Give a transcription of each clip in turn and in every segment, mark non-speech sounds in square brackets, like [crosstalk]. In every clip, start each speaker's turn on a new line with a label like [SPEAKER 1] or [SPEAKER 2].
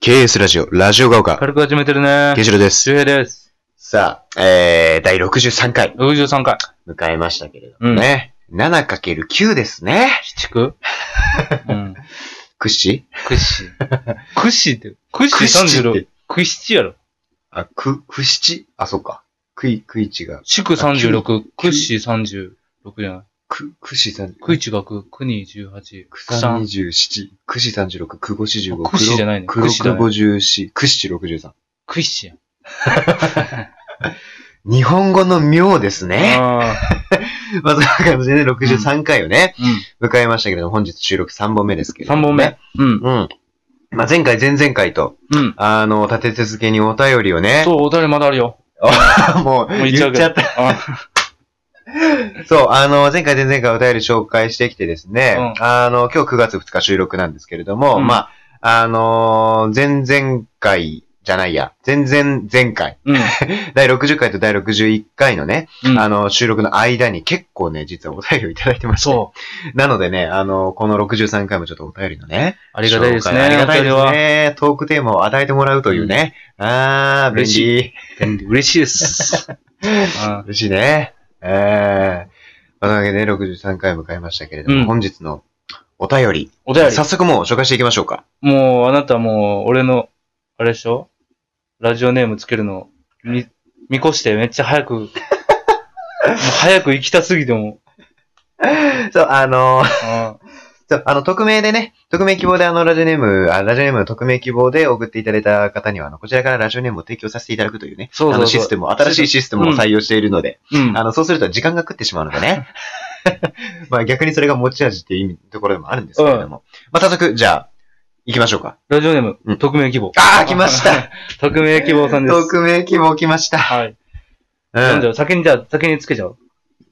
[SPEAKER 1] KS ラジオ、ラジオが丘、
[SPEAKER 2] [laughs] 軽く始めてるね。
[SPEAKER 1] ケイシロです。
[SPEAKER 2] 周平です。
[SPEAKER 1] さあ、えー、第63回
[SPEAKER 2] 63回。
[SPEAKER 1] 迎えましたけれどもね。7×9 ですね。[laughs]
[SPEAKER 2] 地区うん。
[SPEAKER 1] くし
[SPEAKER 2] 屈
[SPEAKER 1] [laughs]
[SPEAKER 2] 指。屈指って、屈
[SPEAKER 1] く
[SPEAKER 2] 指
[SPEAKER 1] しちっ
[SPEAKER 2] 36
[SPEAKER 1] て。。
[SPEAKER 2] 屈指やろ。
[SPEAKER 1] あ、く、くしちあ、そっか。くい、くいちが。
[SPEAKER 2] 地区36、屈指36じゃない。
[SPEAKER 1] く、くしさん、
[SPEAKER 2] 区一学、区に18、
[SPEAKER 1] く
[SPEAKER 2] 区
[SPEAKER 1] さん
[SPEAKER 2] 3。
[SPEAKER 1] 27、くし36、くご45、
[SPEAKER 2] くしじゃないね
[SPEAKER 1] くろ
[SPEAKER 2] くしだね
[SPEAKER 1] く54、くしち63。
[SPEAKER 2] 屈指やん。
[SPEAKER 1] 日本語の妙ですね。
[SPEAKER 2] あ
[SPEAKER 1] まずか感じでね63回をね、
[SPEAKER 2] ーう
[SPEAKER 1] 迎えましたけれども、本日収録3本目ですけれ
[SPEAKER 2] ん。
[SPEAKER 1] ども。
[SPEAKER 2] 3本目。。うん。
[SPEAKER 1] うん。まあ、前回、前々回と、
[SPEAKER 2] うん。
[SPEAKER 1] あの、立て続けにお便りをね、
[SPEAKER 2] そう、お便りまだあるよ。
[SPEAKER 1] [laughs] もう
[SPEAKER 2] もう
[SPEAKER 1] 言
[SPEAKER 2] 言っちゃ
[SPEAKER 1] っ
[SPEAKER 2] うけ
[SPEAKER 1] ち
[SPEAKER 2] ど
[SPEAKER 1] ゃった。
[SPEAKER 2] あ
[SPEAKER 1] そう、あの、前回前々回お便り紹介してきてですね、
[SPEAKER 2] う
[SPEAKER 1] あの、今日9月2日収録なんですけれども、
[SPEAKER 2] うん
[SPEAKER 1] まあ、あの前々回じゃないや、前々前回、
[SPEAKER 2] うん。
[SPEAKER 1] 第60回と第61回のね、
[SPEAKER 2] うん
[SPEAKER 1] あの、収録の間に結構ね、実はお便りをいただいて [laughs] ました。
[SPEAKER 2] そう。
[SPEAKER 1] なのでね、あの、この63回もちょっとお便りのね、
[SPEAKER 2] ありがたいです
[SPEAKER 1] 紹
[SPEAKER 2] ね。
[SPEAKER 1] 介ありがたいで
[SPEAKER 2] お
[SPEAKER 1] す
[SPEAKER 2] 便
[SPEAKER 1] ね。トークテーマを与えてもらうというね、あー、便
[SPEAKER 2] 嬉し
[SPEAKER 1] 利。
[SPEAKER 2] りは。嬉しい [laughs] です。あー
[SPEAKER 1] 嬉しいね。ええまあというわけで、ね、63回迎えましたけれども、
[SPEAKER 2] うん
[SPEAKER 1] 本日のお便り、
[SPEAKER 2] お便り。
[SPEAKER 1] 早速もう紹介していきましょうか。
[SPEAKER 2] もう、あなたもう、俺の、あれでしょラジオネームつけるの、み、見越してめっちゃ早く、もう早く行きたすぎても、
[SPEAKER 1] そう、あのー [laughs]
[SPEAKER 2] あ
[SPEAKER 1] そう、あの、匿名でね、匿名希望であの、ラジオネーム、あラジオネームの匿名希望で送っていただいた方には、あの、こちらからラジオネームを提供させていただくというね、
[SPEAKER 2] そうそうそう
[SPEAKER 1] あのシステムを、新しいシステムを採用しているので、
[SPEAKER 2] ーうん。
[SPEAKER 1] あの、そうすると時間が食ってしまうので [laughs] ね。まあ逆にそれが持ち味っていう意味、ところでもあるんですけれども。まあ早速、じゃあ、行きましょうか。
[SPEAKER 2] ラジオネー
[SPEAKER 1] う
[SPEAKER 2] ム、
[SPEAKER 1] ん
[SPEAKER 2] 匿名希望。
[SPEAKER 1] あー来ました。
[SPEAKER 2] [laughs] 匿名希望さんです。
[SPEAKER 1] 匿名希望来ました。
[SPEAKER 2] はい。
[SPEAKER 1] う
[SPEAKER 2] なん
[SPEAKER 1] ん
[SPEAKER 2] だ。よ、先にじゃあ、先につけちゃおう。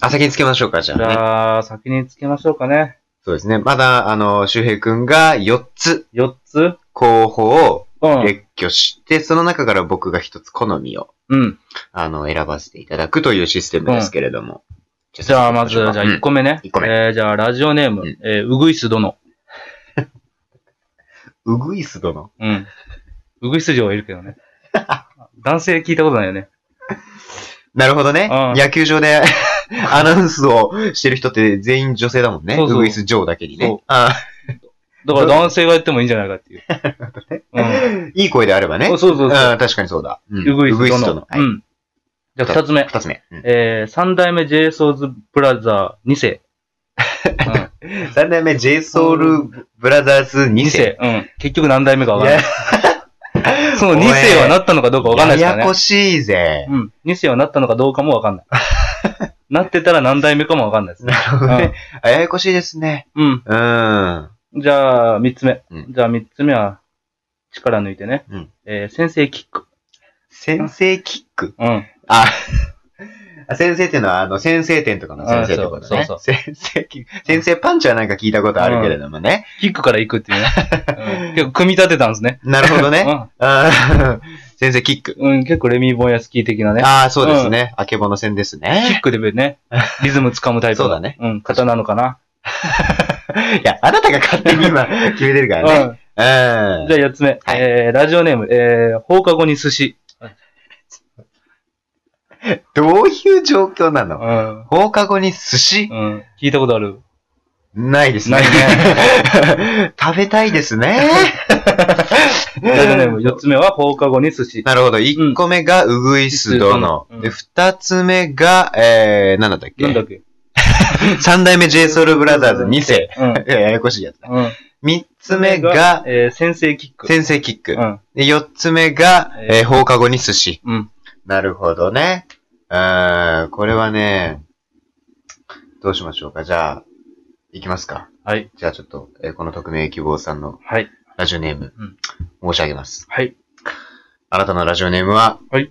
[SPEAKER 1] あ、先につけましょうか、じゃ
[SPEAKER 2] じ
[SPEAKER 1] あ、ね。
[SPEAKER 2] ゃあ、先につけましょうかね。
[SPEAKER 1] そうですね。まだ、あの、周平くんが4つ
[SPEAKER 2] 4つ
[SPEAKER 1] 候補を
[SPEAKER 2] うん。
[SPEAKER 1] 列挙して、その中から僕が1つ好みを、
[SPEAKER 2] うん。
[SPEAKER 1] あの、選ばせていただくというシステムですけれども。
[SPEAKER 2] じゃあ、まず、じゃあ
[SPEAKER 1] 1
[SPEAKER 2] 1
[SPEAKER 1] 個。
[SPEAKER 2] 個目ね。
[SPEAKER 1] 一個目
[SPEAKER 2] えー、じゃあ、ラジオネーム
[SPEAKER 1] うん、
[SPEAKER 2] えー、うぐいす殿。
[SPEAKER 1] うぐいす殿。
[SPEAKER 2] うん。うぐいす嬢はいるけ
[SPEAKER 1] [laughs]
[SPEAKER 2] どね。男性聞いたことないよね。
[SPEAKER 1] なるほどね。
[SPEAKER 2] うん
[SPEAKER 1] 野球場でアナウンスをしてる人って全員女性だもんね。
[SPEAKER 2] そうそう
[SPEAKER 1] ぐいす嬢だけに
[SPEAKER 2] そう
[SPEAKER 1] ね。あ
[SPEAKER 2] だから男性がやってもいいんじゃないかっ
[SPEAKER 1] [laughs]
[SPEAKER 2] ていう。うん
[SPEAKER 1] いい声であればね。、
[SPEAKER 2] そうそうそううん
[SPEAKER 1] 確かにそうだ。うん
[SPEAKER 2] うぐいす
[SPEAKER 1] う
[SPEAKER 2] 殿。
[SPEAKER 1] 殿。。はいう
[SPEAKER 2] ん。じゃあ二つ目。
[SPEAKER 1] 二つ目。うん
[SPEAKER 2] えー、三代目 j ソ o u l s ブラザー2世。
[SPEAKER 1] 三代目 JSOUL ブラザーズ
[SPEAKER 2] うん、
[SPEAKER 1] 2
[SPEAKER 2] 2
[SPEAKER 1] 世。
[SPEAKER 2] 世。うん。結局何代目かわかんない。 [laughs] その
[SPEAKER 1] おい
[SPEAKER 2] 2世はなったのかどうかわかんないですか
[SPEAKER 1] やや
[SPEAKER 2] ら
[SPEAKER 1] こ
[SPEAKER 2] ね。
[SPEAKER 1] しいぜ。
[SPEAKER 2] うん。2世はなったのかどうかもわか
[SPEAKER 1] [laughs]
[SPEAKER 2] んない。なってたら何代目かもわかんないですね。
[SPEAKER 1] なるほどね。あややこしいですね。
[SPEAKER 2] うん。
[SPEAKER 1] うん。
[SPEAKER 2] じゃあ、三つ目。
[SPEAKER 1] うん
[SPEAKER 2] じゃあ三つ目は、力抜いてね。
[SPEAKER 1] うん
[SPEAKER 2] えー、先生キック。
[SPEAKER 1] 先生キック。
[SPEAKER 2] うん。
[SPEAKER 1] あ、あ先生っていうのは、あの、先生点とかの先生ってこと
[SPEAKER 2] あ
[SPEAKER 1] ね
[SPEAKER 2] そう。
[SPEAKER 1] 先生キック。先生パンチはなんか聞いたことあるけれどもね。
[SPEAKER 2] キックから行
[SPEAKER 1] [laughs]
[SPEAKER 2] くっていうね。うん、結構組み立てたんですね。
[SPEAKER 1] なるほど
[SPEAKER 2] う
[SPEAKER 1] ね。
[SPEAKER 2] ん。
[SPEAKER 1] あー先生キック。
[SPEAKER 2] うん、結構レミー・ボンヤスキー的なね。
[SPEAKER 1] ああ、そうですね。あけぼの戦です
[SPEAKER 2] キッ
[SPEAKER 1] ね。 [laughs]
[SPEAKER 2] クでね、リズム掴むタイプの。
[SPEAKER 1] そうだね
[SPEAKER 2] うん、方なのかな。
[SPEAKER 1] いや、あなたが勝手に今決めてるか
[SPEAKER 2] う
[SPEAKER 1] ら
[SPEAKER 2] ん。
[SPEAKER 1] ね。
[SPEAKER 2] じゃあ4つ目。
[SPEAKER 1] はい
[SPEAKER 2] えー、ラジオネーム、えー、放課後に寿司。
[SPEAKER 1] うん。どういう状況な
[SPEAKER 2] う
[SPEAKER 1] の
[SPEAKER 2] ん。
[SPEAKER 1] 放課後に寿司
[SPEAKER 2] うん。聞いたことある。
[SPEAKER 1] ないですね。
[SPEAKER 2] [laughs]
[SPEAKER 1] 食べたいですね。
[SPEAKER 2] ラジオネーム4つ目は放課後に寿司。
[SPEAKER 1] なるほど。1個目がうぐいす殿。
[SPEAKER 2] うん
[SPEAKER 1] で、2つ目が、えー、なんだったっけ
[SPEAKER 2] なんだっけ
[SPEAKER 1] ?3 代目 JSOUL BROTHERS 2世。
[SPEAKER 2] うん。
[SPEAKER 1] いやややこしいやつだ。
[SPEAKER 2] うん。
[SPEAKER 1] 3つ目が、
[SPEAKER 2] えー、先生キック。
[SPEAKER 1] 先生キック。
[SPEAKER 2] うん。
[SPEAKER 1] で、4つ目が、えー放課後に寿司。
[SPEAKER 2] うん。
[SPEAKER 1] なるほどね。うーん、これはね、どうしましょうか。じゃあ、いきますか。
[SPEAKER 2] はい。
[SPEAKER 1] じゃあちょっと、えーこの匿名希望さんの
[SPEAKER 2] はい。
[SPEAKER 1] ラジオネーム、申し上げます。 [laughs]
[SPEAKER 2] はい。
[SPEAKER 1] あなたのラジオネームは、
[SPEAKER 2] はい。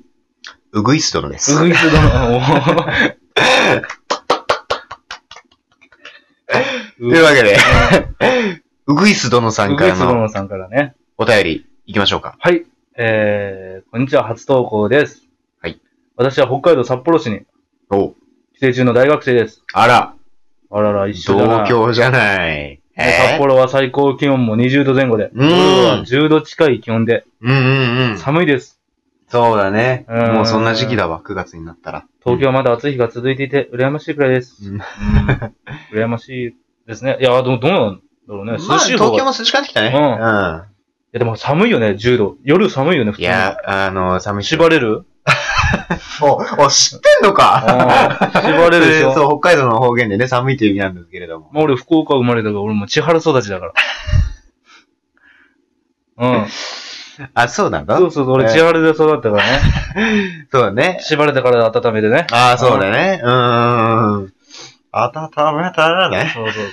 [SPEAKER 1] うぐいす殿です。
[SPEAKER 2] うぐい
[SPEAKER 1] [laughs]
[SPEAKER 2] す殿。おー
[SPEAKER 1] というわけで、 [laughs] うぐいす殿さ
[SPEAKER 2] うんんうぐ
[SPEAKER 1] か
[SPEAKER 2] い
[SPEAKER 1] ら
[SPEAKER 2] す
[SPEAKER 1] の
[SPEAKER 2] 殿さんからね。
[SPEAKER 1] お便り、行きましょうか。
[SPEAKER 2] はい。えー、こんにちは、初投稿です。
[SPEAKER 1] はい。
[SPEAKER 2] 私は北海道札幌市に
[SPEAKER 1] お
[SPEAKER 2] 帰省中の大学生です。
[SPEAKER 1] あら、
[SPEAKER 2] あらら、一緒だな。
[SPEAKER 1] 同。郷じゃない。へ
[SPEAKER 2] で札
[SPEAKER 1] え。
[SPEAKER 2] 幌は最高気温も20度前後で、
[SPEAKER 1] うん
[SPEAKER 2] 夜は10度近い気温で、
[SPEAKER 1] うんうんうん。
[SPEAKER 2] 寒いです。
[SPEAKER 1] そうだね。
[SPEAKER 2] うん
[SPEAKER 1] もうそんな時期だわ、9月になったら。
[SPEAKER 2] 東京はまだ暑い日が続いていて、羨ましいくらいです。
[SPEAKER 1] う
[SPEAKER 2] うんん、 [laughs] 羨ましいですね。いや、どうどうなんだろうね。
[SPEAKER 1] まあ、
[SPEAKER 2] 涼しい
[SPEAKER 1] 東
[SPEAKER 2] 方
[SPEAKER 1] 京
[SPEAKER 2] が。い
[SPEAKER 1] も涼しくなってきたね。
[SPEAKER 2] う
[SPEAKER 1] うんん。
[SPEAKER 2] や、でも寒いよね、10度。夜寒いよね、普通
[SPEAKER 1] い
[SPEAKER 2] に。
[SPEAKER 1] や、あの、寂しい。
[SPEAKER 2] 縛れる
[SPEAKER 1] お、お、知ってんの
[SPEAKER 2] うん縛
[SPEAKER 1] か [laughs]
[SPEAKER 2] れるでしょ。
[SPEAKER 1] そう、北海道の方言でね、寒いという意味なんですけれども。
[SPEAKER 2] まあ、俺、福岡生まれだから、俺も千春育ち
[SPEAKER 1] [laughs]
[SPEAKER 2] だから。うん。
[SPEAKER 1] あ、そうなんだ。
[SPEAKER 2] そ
[SPEAKER 1] そう
[SPEAKER 2] うそう、俺、千春で育ったからね。
[SPEAKER 1] だね。
[SPEAKER 2] 縛れたから温めて
[SPEAKER 1] [laughs]
[SPEAKER 2] ね。
[SPEAKER 1] ああ、そうだね。うーん。温めたらね。 [laughs]
[SPEAKER 2] そうそう。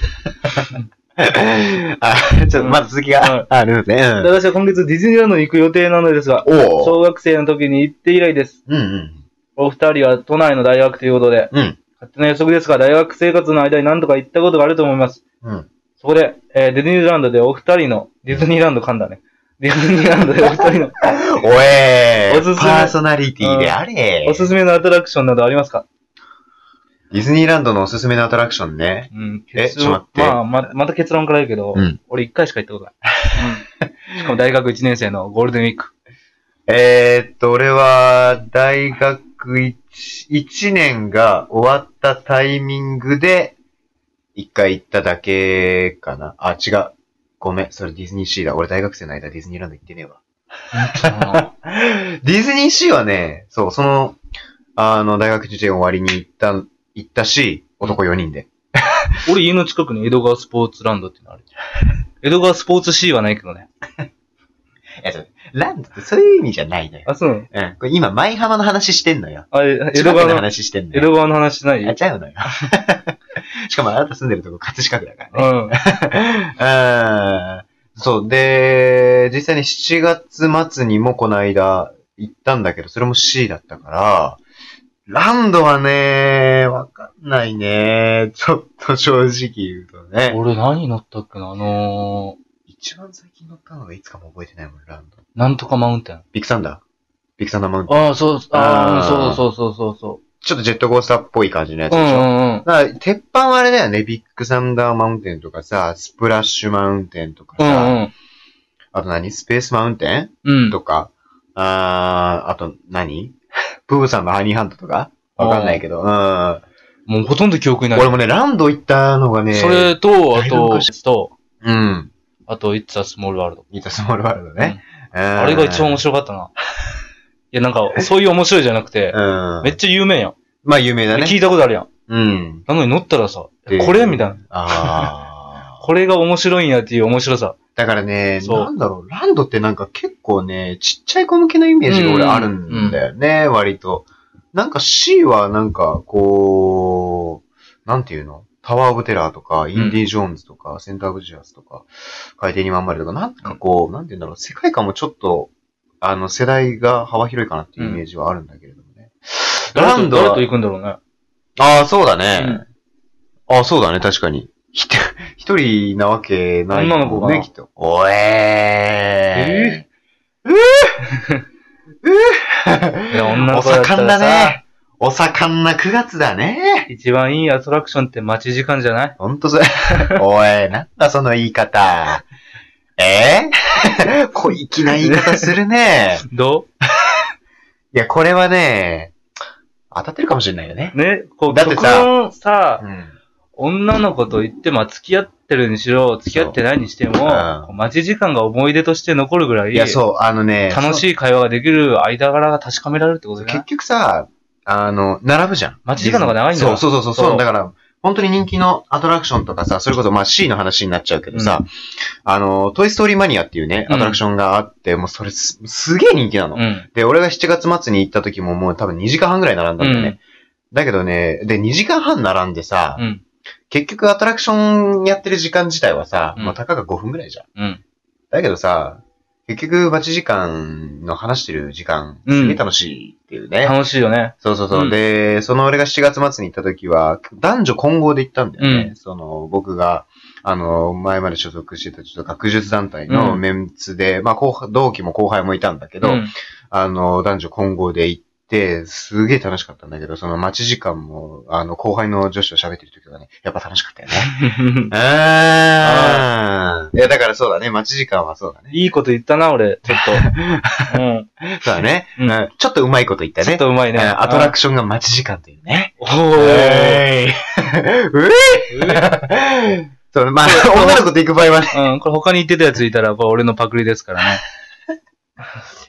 [SPEAKER 1] あ、ちょっとまだ続き
[SPEAKER 2] は
[SPEAKER 1] が
[SPEAKER 2] い
[SPEAKER 1] あるんですね。
[SPEAKER 2] 私は今月ディズニーランドに行く予定なのですが、
[SPEAKER 1] うんおお。
[SPEAKER 2] 小学生の時に行って以来です。
[SPEAKER 1] うんうん。
[SPEAKER 2] お二人は都内の大学ということで、
[SPEAKER 1] うん。
[SPEAKER 2] 勝手な予測ですが、大学生活の間に何度か行ったことがあると思います。
[SPEAKER 1] うん。
[SPEAKER 2] そこで、えーディズニーランドでお二人の、ディズニーランド噛んだ
[SPEAKER 1] [laughs]
[SPEAKER 2] ね。ディズニーランドでお二人の
[SPEAKER 1] おえー
[SPEAKER 2] おすすめ
[SPEAKER 1] パーソナリティであれ。
[SPEAKER 2] おすすめのアトラクションなどありますか
[SPEAKER 1] ディズニーランドのおすすめのアトラクションね。
[SPEAKER 2] うん。
[SPEAKER 1] えち
[SPEAKER 2] 結
[SPEAKER 1] ょっと待って
[SPEAKER 2] まあ、ま、また結論から言うけど、
[SPEAKER 1] うん
[SPEAKER 2] 俺一回しか行ったことない。 [laughs] うん。しかも大学1年生のゴールデンウィーク。
[SPEAKER 1] えー、っと、俺は、大学 1, 一年が終わったタイミングで、一回行っただけかな。あ、違う。ごめん、それディズニーシーだ。俺大学生の間ディズニーランド行ってねえわ。ディズニーシーはね、そう、その、あの、大学受験終わりに行った、行ったし、男4人で。
[SPEAKER 2] 俺家の近くに江戸川スポーツランドっていうのある。 [laughs] 江戸川スポーツシーはないけどね。
[SPEAKER 1] えっと、ランドってそういう意味じゃないのよ。
[SPEAKER 2] あ、そうなの
[SPEAKER 1] うん。これ今、舞浜の話してんのよ。
[SPEAKER 2] あ、え江
[SPEAKER 1] 江戸川
[SPEAKER 2] 戸川
[SPEAKER 1] の
[SPEAKER 2] の、
[SPEAKER 1] 話してんの
[SPEAKER 2] 江
[SPEAKER 1] よ。
[SPEAKER 2] 戸川の話しない
[SPEAKER 1] やっ
[SPEAKER 2] よ。
[SPEAKER 1] ちゃう [laughs] のよ。しかもあなた住んでるとこ葛飾区だからね。
[SPEAKER 2] うん。
[SPEAKER 1] うんそう。で、実際に7月末にもこの間行ったんだけど、それも C だったから、ランドはね、わかんないね。ちょっと正直言うとね。
[SPEAKER 2] 俺何乗ったっけなあのー、
[SPEAKER 1] 一番最近乗ったのがいつかも覚えてないもん、ランド。
[SPEAKER 2] なんとかマウンテン。
[SPEAKER 1] ビッグサンダービッグサンダーマウンテン。
[SPEAKER 2] ああ、そう、あ
[SPEAKER 1] あー
[SPEAKER 2] あ、そうそうそうそう
[SPEAKER 1] ちょっとジェットコースターっぽい感じのやつ
[SPEAKER 2] そう。う
[SPEAKER 1] でしょ。
[SPEAKER 2] んうんうん。
[SPEAKER 1] だから鉄板はあれだよね。ビッグサンダーマウンテンとかさ、スプラッシュマウンテンとか
[SPEAKER 2] う
[SPEAKER 1] さ、
[SPEAKER 2] ん
[SPEAKER 1] あと何スペースマウンテン
[SPEAKER 2] うん。うん。
[SPEAKER 1] とか、あーあと何、プーさんのハニーハントとかわかんないけど、うん。
[SPEAKER 2] もうほとんど記憶にない。
[SPEAKER 1] 俺もね、ランド行ったのがね、
[SPEAKER 2] それと、
[SPEAKER 1] だ
[SPEAKER 2] あ
[SPEAKER 1] いぶ
[SPEAKER 2] と、
[SPEAKER 1] 昔
[SPEAKER 2] と、
[SPEAKER 1] うん。
[SPEAKER 2] あと、It's a Small World。
[SPEAKER 1] イートスモールワールドね。あ
[SPEAKER 2] あれが一番面白かったな。いや、なんか、そういう面白いじゃなくて、
[SPEAKER 1] うん。
[SPEAKER 2] めっちゃ有名やん。
[SPEAKER 1] まあ有名だね。
[SPEAKER 2] 聞いたことあるやん。
[SPEAKER 1] うん。
[SPEAKER 2] なのに乗ったらさ、
[SPEAKER 1] で
[SPEAKER 2] これみたいな。
[SPEAKER 1] ああ。
[SPEAKER 2] これが面白いんやっていう面白さ。
[SPEAKER 1] だからね、
[SPEAKER 2] そう
[SPEAKER 1] なんだろう、ランドってなんか結構ね、ちっちゃい子向けのイメージが俺あるんだよね、割と。なんか C はなんか、こう、なんていうのタワーオブテラーとか、インディ・ジョーンズとか、センター・オブ・ジアスとか、海底にまんまるとか、なんかこう、なんていうんだろう、世界観もちょっと、あの、世代が幅広いかなっていうイメージはあるんだけれどもね。ランド
[SPEAKER 2] 誰
[SPEAKER 1] は
[SPEAKER 2] と誰と行くんだろうね。
[SPEAKER 1] ああ、そうだね。ああ、そうだね、確かに。ひと一人なわけないもんね。
[SPEAKER 2] 女の子かな
[SPEAKER 1] きっと。おえー。え
[SPEAKER 2] いや女
[SPEAKER 1] お
[SPEAKER 2] の子だった
[SPEAKER 1] 盛んだ
[SPEAKER 2] らさ
[SPEAKER 1] ね。お盛んな9月だね。
[SPEAKER 2] 一番いいアトラクションって待ち時間じゃない
[SPEAKER 1] ほんとそれ。おい、なんだその言い方。えー、小粋な言い方するね。
[SPEAKER 2] ど
[SPEAKER 1] いや、これはね、当たってるかもしれないよね
[SPEAKER 2] う。ねこう、
[SPEAKER 1] だってさ
[SPEAKER 2] 極論さ、
[SPEAKER 1] うん。
[SPEAKER 2] 女の子と言って、まあ、付き合ってるにしろ、付き合ってないにしても、
[SPEAKER 1] うん
[SPEAKER 2] こう待ち時間が思い出として残るぐらい、
[SPEAKER 1] いや、そう、あのね、
[SPEAKER 2] 楽しい会話ができる間柄が確かめられるってことだ
[SPEAKER 1] 結
[SPEAKER 2] ね。
[SPEAKER 1] 局さ、あの、並ぶじゃん。
[SPEAKER 2] 待ち時間の方が長いんだ
[SPEAKER 1] そう
[SPEAKER 2] よ
[SPEAKER 1] そうそうそうそう。
[SPEAKER 2] そう
[SPEAKER 1] だから、本当に人気のアトラクションとかさ、それこそまあ C の話になっちゃうけどさ、あの、トイストーリーマニアっていうね、
[SPEAKER 2] うん
[SPEAKER 1] アトラクションがあって、もうそれすすげえ人気なの、
[SPEAKER 2] うん。
[SPEAKER 1] で、俺が7月末に行った時ももう多分2時間半ぐらい並んだんだよね。だけどね、で、2時間半並んでさ、
[SPEAKER 2] うん。
[SPEAKER 1] 結局アトラクションやってる時間自体はさ、
[SPEAKER 2] うん
[SPEAKER 1] まあたかが5分ぐらいじゃん。
[SPEAKER 2] うん。
[SPEAKER 1] だけどさ、結局待ち時間の話してる時間、すげえ楽しいっていうね。
[SPEAKER 2] 楽しいよね。
[SPEAKER 1] そうそうそう。
[SPEAKER 2] うん
[SPEAKER 1] で、その俺が7月末に行った時は、男女混合で行ったんだよね。
[SPEAKER 2] う
[SPEAKER 1] その、僕が、あの、前まで所属してたちょっと学術団体の
[SPEAKER 2] うん
[SPEAKER 1] メンツで、まあ後輩、同期も後輩もいたんだけど、
[SPEAKER 2] うん [laughs]
[SPEAKER 1] あの、男女混合で行って、すげえ楽しかったんだけど、その待ち時間も、あの、後輩の女子と喋ってる時はね、やっぱ楽しかったよね。ああ。いや、だからそうだね。待ち時間はそうだね。
[SPEAKER 2] いいこと言ったな、俺。ちょっ
[SPEAKER 1] [laughs]
[SPEAKER 2] と。うん。
[SPEAKER 1] そうだね。
[SPEAKER 2] う
[SPEAKER 1] うんん、ちょっとうまいこと言った
[SPEAKER 2] ちょっ
[SPEAKER 1] ね。
[SPEAKER 2] とうまいね。
[SPEAKER 1] うんアトラ
[SPEAKER 2] ク
[SPEAKER 1] クションが待ち時間というね。
[SPEAKER 2] ション。お
[SPEAKER 1] う
[SPEAKER 2] ー。
[SPEAKER 1] えい [laughs] そう、まあ、女の子と行く場合はね。
[SPEAKER 2] うん、これ他に言ってたやついたら、やっぱ俺のパクリですからね。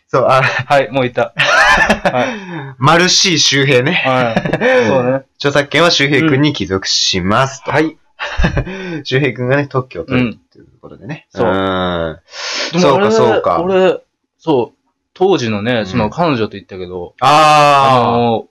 [SPEAKER 1] そう、あ、
[SPEAKER 2] はい、もう言った。はい。
[SPEAKER 1] マルシー周平ね。
[SPEAKER 2] はい。そうね。
[SPEAKER 1] 著作権は周平くんに帰属しますと。
[SPEAKER 2] はい。
[SPEAKER 1] [laughs] 周平くんがね、特許を取るっていうことでね。
[SPEAKER 2] うんそうん
[SPEAKER 1] そうか、そうか。
[SPEAKER 2] 俺俺、そう、当時の
[SPEAKER 1] う
[SPEAKER 2] ね、
[SPEAKER 1] ん
[SPEAKER 2] その彼女と言ったけど、あ
[SPEAKER 1] ああ、
[SPEAKER 2] の、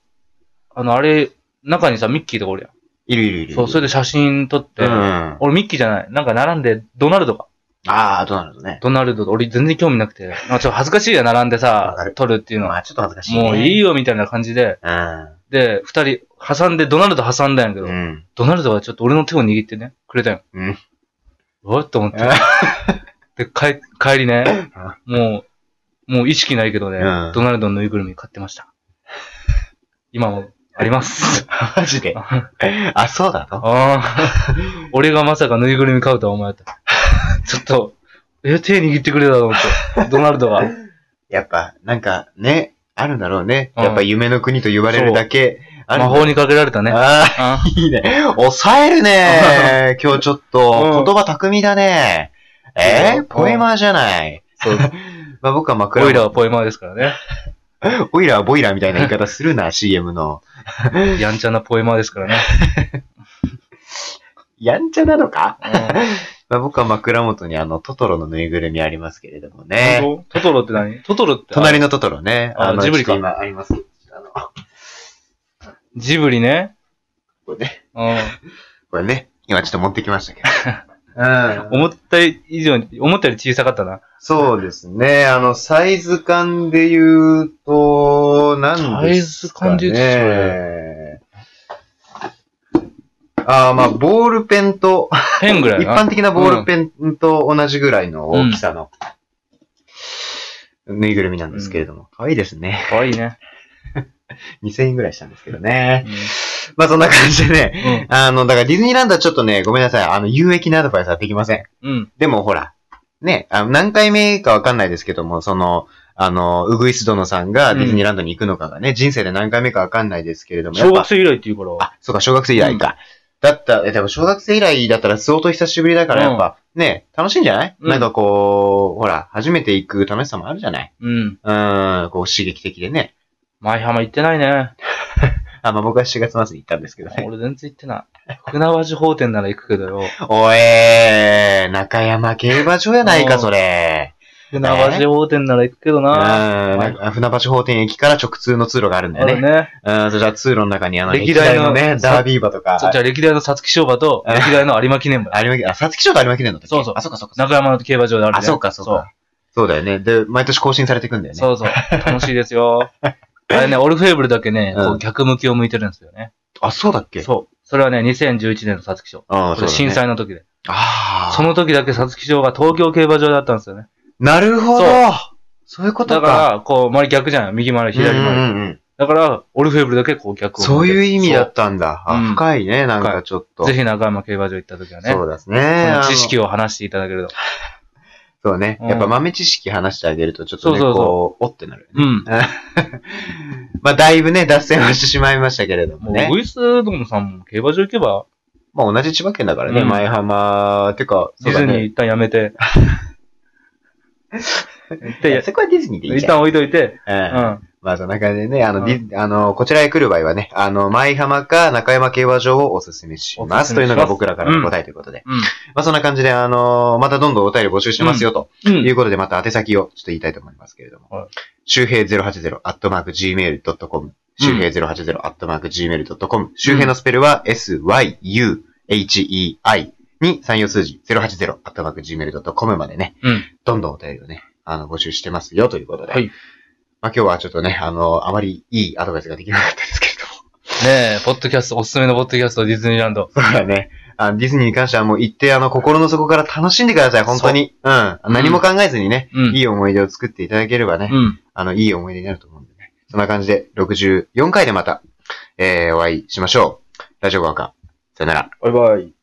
[SPEAKER 2] あの、あれ、中にさ、ミッキーとかおるやん。
[SPEAKER 1] いるいるいる。
[SPEAKER 2] そう、それで
[SPEAKER 1] し
[SPEAKER 2] 写真撮って
[SPEAKER 1] うん。、あ
[SPEAKER 2] 俺ミッキーじゃない。なんか並んで、ドナルドか。
[SPEAKER 1] あ、どうなるのね。
[SPEAKER 2] ドナルドと、俺全然興味なくて、なんかちょっと恥ずかしいやん、並んで
[SPEAKER 1] わ
[SPEAKER 2] さ
[SPEAKER 1] かる、
[SPEAKER 2] 撮るっていうの
[SPEAKER 1] ま
[SPEAKER 2] は。
[SPEAKER 1] あ、ちょっと恥ずかしい、ね。
[SPEAKER 2] もういい
[SPEAKER 1] よ。
[SPEAKER 2] よ、みたいな感じで、
[SPEAKER 1] う
[SPEAKER 2] で、二人、挟んで、ドナルド挟んだんやけど、
[SPEAKER 1] ん。
[SPEAKER 2] ドナルドがちょっと俺の手を握ってね、くれたよ。
[SPEAKER 1] うん。 [laughs]
[SPEAKER 2] うわっと思って。で、帰、帰りね、もう、もう意識ないけどね、
[SPEAKER 1] うん
[SPEAKER 2] ドナルドのぬいぐるみ買ってま
[SPEAKER 1] [laughs]
[SPEAKER 2] した。今もあります。
[SPEAKER 1] マジで。
[SPEAKER 2] あ
[SPEAKER 1] あ、そうだの
[SPEAKER 2] あー、俺がまさかぬいぐるみ買うとは思わな
[SPEAKER 1] [laughs]
[SPEAKER 2] かった。ちょっと、え、手握ってくれたと思って、ドナルドが。
[SPEAKER 1] やっぱ、なんか、ね、あるんだろうね。
[SPEAKER 2] うん
[SPEAKER 1] やっぱ夢の国と言われるだけ、ある
[SPEAKER 2] 魔
[SPEAKER 1] んだ
[SPEAKER 2] 法にかけられたね。
[SPEAKER 1] ああ、
[SPEAKER 2] あ
[SPEAKER 1] いいね。抑えるね。
[SPEAKER 2] [laughs]
[SPEAKER 1] 今日ちょっと、
[SPEAKER 2] うん
[SPEAKER 1] 言葉巧みだね。え
[SPEAKER 2] う
[SPEAKER 1] ー
[SPEAKER 2] ん
[SPEAKER 1] ポエマーじゃない。
[SPEAKER 2] そう。
[SPEAKER 1] [laughs] まあ僕は枕
[SPEAKER 2] オイラ
[SPEAKER 1] 元。
[SPEAKER 2] はポエマーですからね。
[SPEAKER 1] オイラはボイラーみたいな言い方する
[SPEAKER 2] [laughs]
[SPEAKER 1] な、CM の。
[SPEAKER 2] やんちゃなポエマーですからね。
[SPEAKER 1] やんちゃなのか
[SPEAKER 2] うん
[SPEAKER 1] [laughs] まあ僕は枕元にあの、トトロのぬいぐるみありますけれどもね。
[SPEAKER 2] 本当トトロって何トトロってあ
[SPEAKER 1] 隣のトトロね。
[SPEAKER 2] あ
[SPEAKER 1] の
[SPEAKER 2] ジブリか
[SPEAKER 1] ちょっと今あります。あの、こ
[SPEAKER 2] ジブリね。
[SPEAKER 1] れね。
[SPEAKER 2] うん。
[SPEAKER 1] これね。今ちょっと持ってきましたけど。うん。
[SPEAKER 2] [laughs] 思った以上に、思ったより小さかったな。
[SPEAKER 1] そうですね。あの、サイズ感で言うと、なんですかね。
[SPEAKER 2] サイズ感で言うとそ
[SPEAKER 1] ああ、まあ、ボールペンと、
[SPEAKER 2] ペンぐらい
[SPEAKER 1] 一
[SPEAKER 2] な。
[SPEAKER 1] 般的なボールペンと同じぐらいの大きさの、ぬいぐるみなんですけれども。可愛いですね。 [laughs]
[SPEAKER 2] かわいいね。
[SPEAKER 1] 2000円ぐらいしたんですけどね。
[SPEAKER 2] う
[SPEAKER 1] まあそんな感じでね。
[SPEAKER 2] ん。
[SPEAKER 1] あの、だからディズニーランドはちょっとね、ごめんなさい。あの、有益なアドバイスはできません。
[SPEAKER 2] うん。
[SPEAKER 1] でもほら、ね、あの何回目かわかんないですけども、その、あの、ウグイス殿さんがディズニーランドに行くのかがね、人生で何回目かわかんないですけれども、やっ
[SPEAKER 2] 小
[SPEAKER 1] ぱ
[SPEAKER 2] 学生以来っていうから。
[SPEAKER 1] あ、そうか、小学生以来か。だった、え、でも小学生以来だったら相当久しぶりだから、やっぱ、ね、楽しいんじゃない、
[SPEAKER 2] うん
[SPEAKER 1] なんかこう、ほら、初めて行く楽しさもあるじゃない
[SPEAKER 2] うん。
[SPEAKER 1] うん、こう刺激的でね。
[SPEAKER 2] 舞浜行ってないね。
[SPEAKER 1] あ、まあ、僕は7月末に行ったんですけどね。
[SPEAKER 2] 俺全然行ってない。船橋法店なら行くけどよ。
[SPEAKER 1] おえー、中山競馬場やないか、それ。
[SPEAKER 2] 船橋法店なら行くけど
[SPEAKER 1] うん、
[SPEAKER 2] な。
[SPEAKER 1] なんか船橋法典駅から直通の通路があるんだ
[SPEAKER 2] あ
[SPEAKER 1] よ
[SPEAKER 2] れ
[SPEAKER 1] ね。
[SPEAKER 2] ね。
[SPEAKER 1] うん、そじゃあ通路の中にあの、歴
[SPEAKER 2] 歴
[SPEAKER 1] 代
[SPEAKER 2] 代
[SPEAKER 1] の
[SPEAKER 2] の
[SPEAKER 1] ね、ダービー馬とか
[SPEAKER 2] ちょ、じゃあ歴代の皐月賞馬と、
[SPEAKER 1] うん
[SPEAKER 2] 歴代の有馬記念馬。
[SPEAKER 1] 有馬記あ、皐月賞が有馬記念だったっけ
[SPEAKER 2] そうそう
[SPEAKER 1] あ、そうかそうか。
[SPEAKER 2] 中山の競馬場であるね。
[SPEAKER 1] あ、そうかそうか。そうだよね。で、毎年更新されていくんだよね。
[SPEAKER 2] そう。そうそう。楽しいで
[SPEAKER 1] [laughs]
[SPEAKER 2] すよ。あれね、オルフェーブルだけね、こ
[SPEAKER 1] うん
[SPEAKER 2] う逆向きを向いてるんですよね。
[SPEAKER 1] あ、そうだっけ
[SPEAKER 2] そう。それはね、2011年の皐月賞。
[SPEAKER 1] ああ、そう
[SPEAKER 2] これ
[SPEAKER 1] だね
[SPEAKER 2] 震。災の時で。
[SPEAKER 1] ああ。
[SPEAKER 2] その時だけ皐月賞が東京競馬場だったんですよね。
[SPEAKER 1] なるほど
[SPEAKER 2] そ
[SPEAKER 1] そういうこと
[SPEAKER 2] だ
[SPEAKER 1] か。
[SPEAKER 2] から、こう、周り逆じゃん。右回り、左
[SPEAKER 1] うんう
[SPEAKER 2] 回り。
[SPEAKER 1] んうん
[SPEAKER 2] だから、オルフェーブルだけこう逆を
[SPEAKER 1] そういう意味だ
[SPEAKER 2] そ
[SPEAKER 1] ったんだ。あ、
[SPEAKER 2] うん
[SPEAKER 1] 深いね、なんかちょっと。
[SPEAKER 2] うぜひ中山競馬場行った時はね、
[SPEAKER 1] そ
[SPEAKER 2] こ
[SPEAKER 1] うですね。
[SPEAKER 2] の知識
[SPEAKER 1] を。
[SPEAKER 2] を話していただけると。
[SPEAKER 1] そうね。
[SPEAKER 2] うん
[SPEAKER 1] やっぱ豆知識話してあげると、ちょっとね、
[SPEAKER 2] そうそうそう
[SPEAKER 1] こう、おってなるよね。
[SPEAKER 2] うん。
[SPEAKER 1] まあ、だいぶね、脱線はしてしまいましたけれども
[SPEAKER 2] もう、
[SPEAKER 1] ね
[SPEAKER 2] ウ。グイスドームさんも競馬場行けば、
[SPEAKER 1] まあ、同じ千葉県だからね、
[SPEAKER 2] うん
[SPEAKER 1] 舞浜、てか、
[SPEAKER 2] デ
[SPEAKER 1] そう
[SPEAKER 2] ィズ
[SPEAKER 1] だ
[SPEAKER 2] ニー
[SPEAKER 1] ね。
[SPEAKER 2] 一旦やめて。
[SPEAKER 1] [laughs] いや
[SPEAKER 2] で、
[SPEAKER 1] そこはディズニーでいい
[SPEAKER 2] 一
[SPEAKER 1] じゃん。
[SPEAKER 2] 旦置いといて、
[SPEAKER 1] う
[SPEAKER 2] うんん。
[SPEAKER 1] まあ、そんな感じでね、あの、
[SPEAKER 2] うん
[SPEAKER 1] ディズあの、こちらへ来る場合はね、あの、舞浜か中山競馬場をおすすめしま
[SPEAKER 2] おす
[SPEAKER 1] す。
[SPEAKER 2] す
[SPEAKER 1] とい
[SPEAKER 2] め
[SPEAKER 1] う
[SPEAKER 2] します
[SPEAKER 1] のが僕らからの答えということで。
[SPEAKER 2] うん。
[SPEAKER 1] まあ、そんな感じで、あのまたどんどんお便り募集してますよ、と
[SPEAKER 2] う
[SPEAKER 1] い
[SPEAKER 2] ん
[SPEAKER 1] うことで、また宛先をちょっと言いたいと思いますけれども。
[SPEAKER 2] はい
[SPEAKER 1] 周平080、アットマーク、gmail.com。周平080、アットマーク、gmail.com。周平のスペルは、syuhei に3用数字、080、アットマーク、gmail.com までね、
[SPEAKER 2] うん。
[SPEAKER 1] どんどんお便りをね、あの、募集してますよ、ということで。
[SPEAKER 2] はい
[SPEAKER 1] まあ、今日はちょっとね、あの、あまりいいアドバイスができなかったですけれども。
[SPEAKER 2] ねえ、ポッドキャスト、おすすめのポッドキャスト、ディズニーランド。
[SPEAKER 1] そうだね。あのディズニーに関してはもう一定あの心の底から楽しんでください、本当に。うん。何も考えずにね、
[SPEAKER 2] うん。
[SPEAKER 1] いい思い出を作っていただければね、
[SPEAKER 2] うん。
[SPEAKER 1] あの、いい思い出になると思うんでね。そんな感じで、64回でまた、えー、お会いしましょう。ラジオ側か。さよなら。
[SPEAKER 3] バイバイ。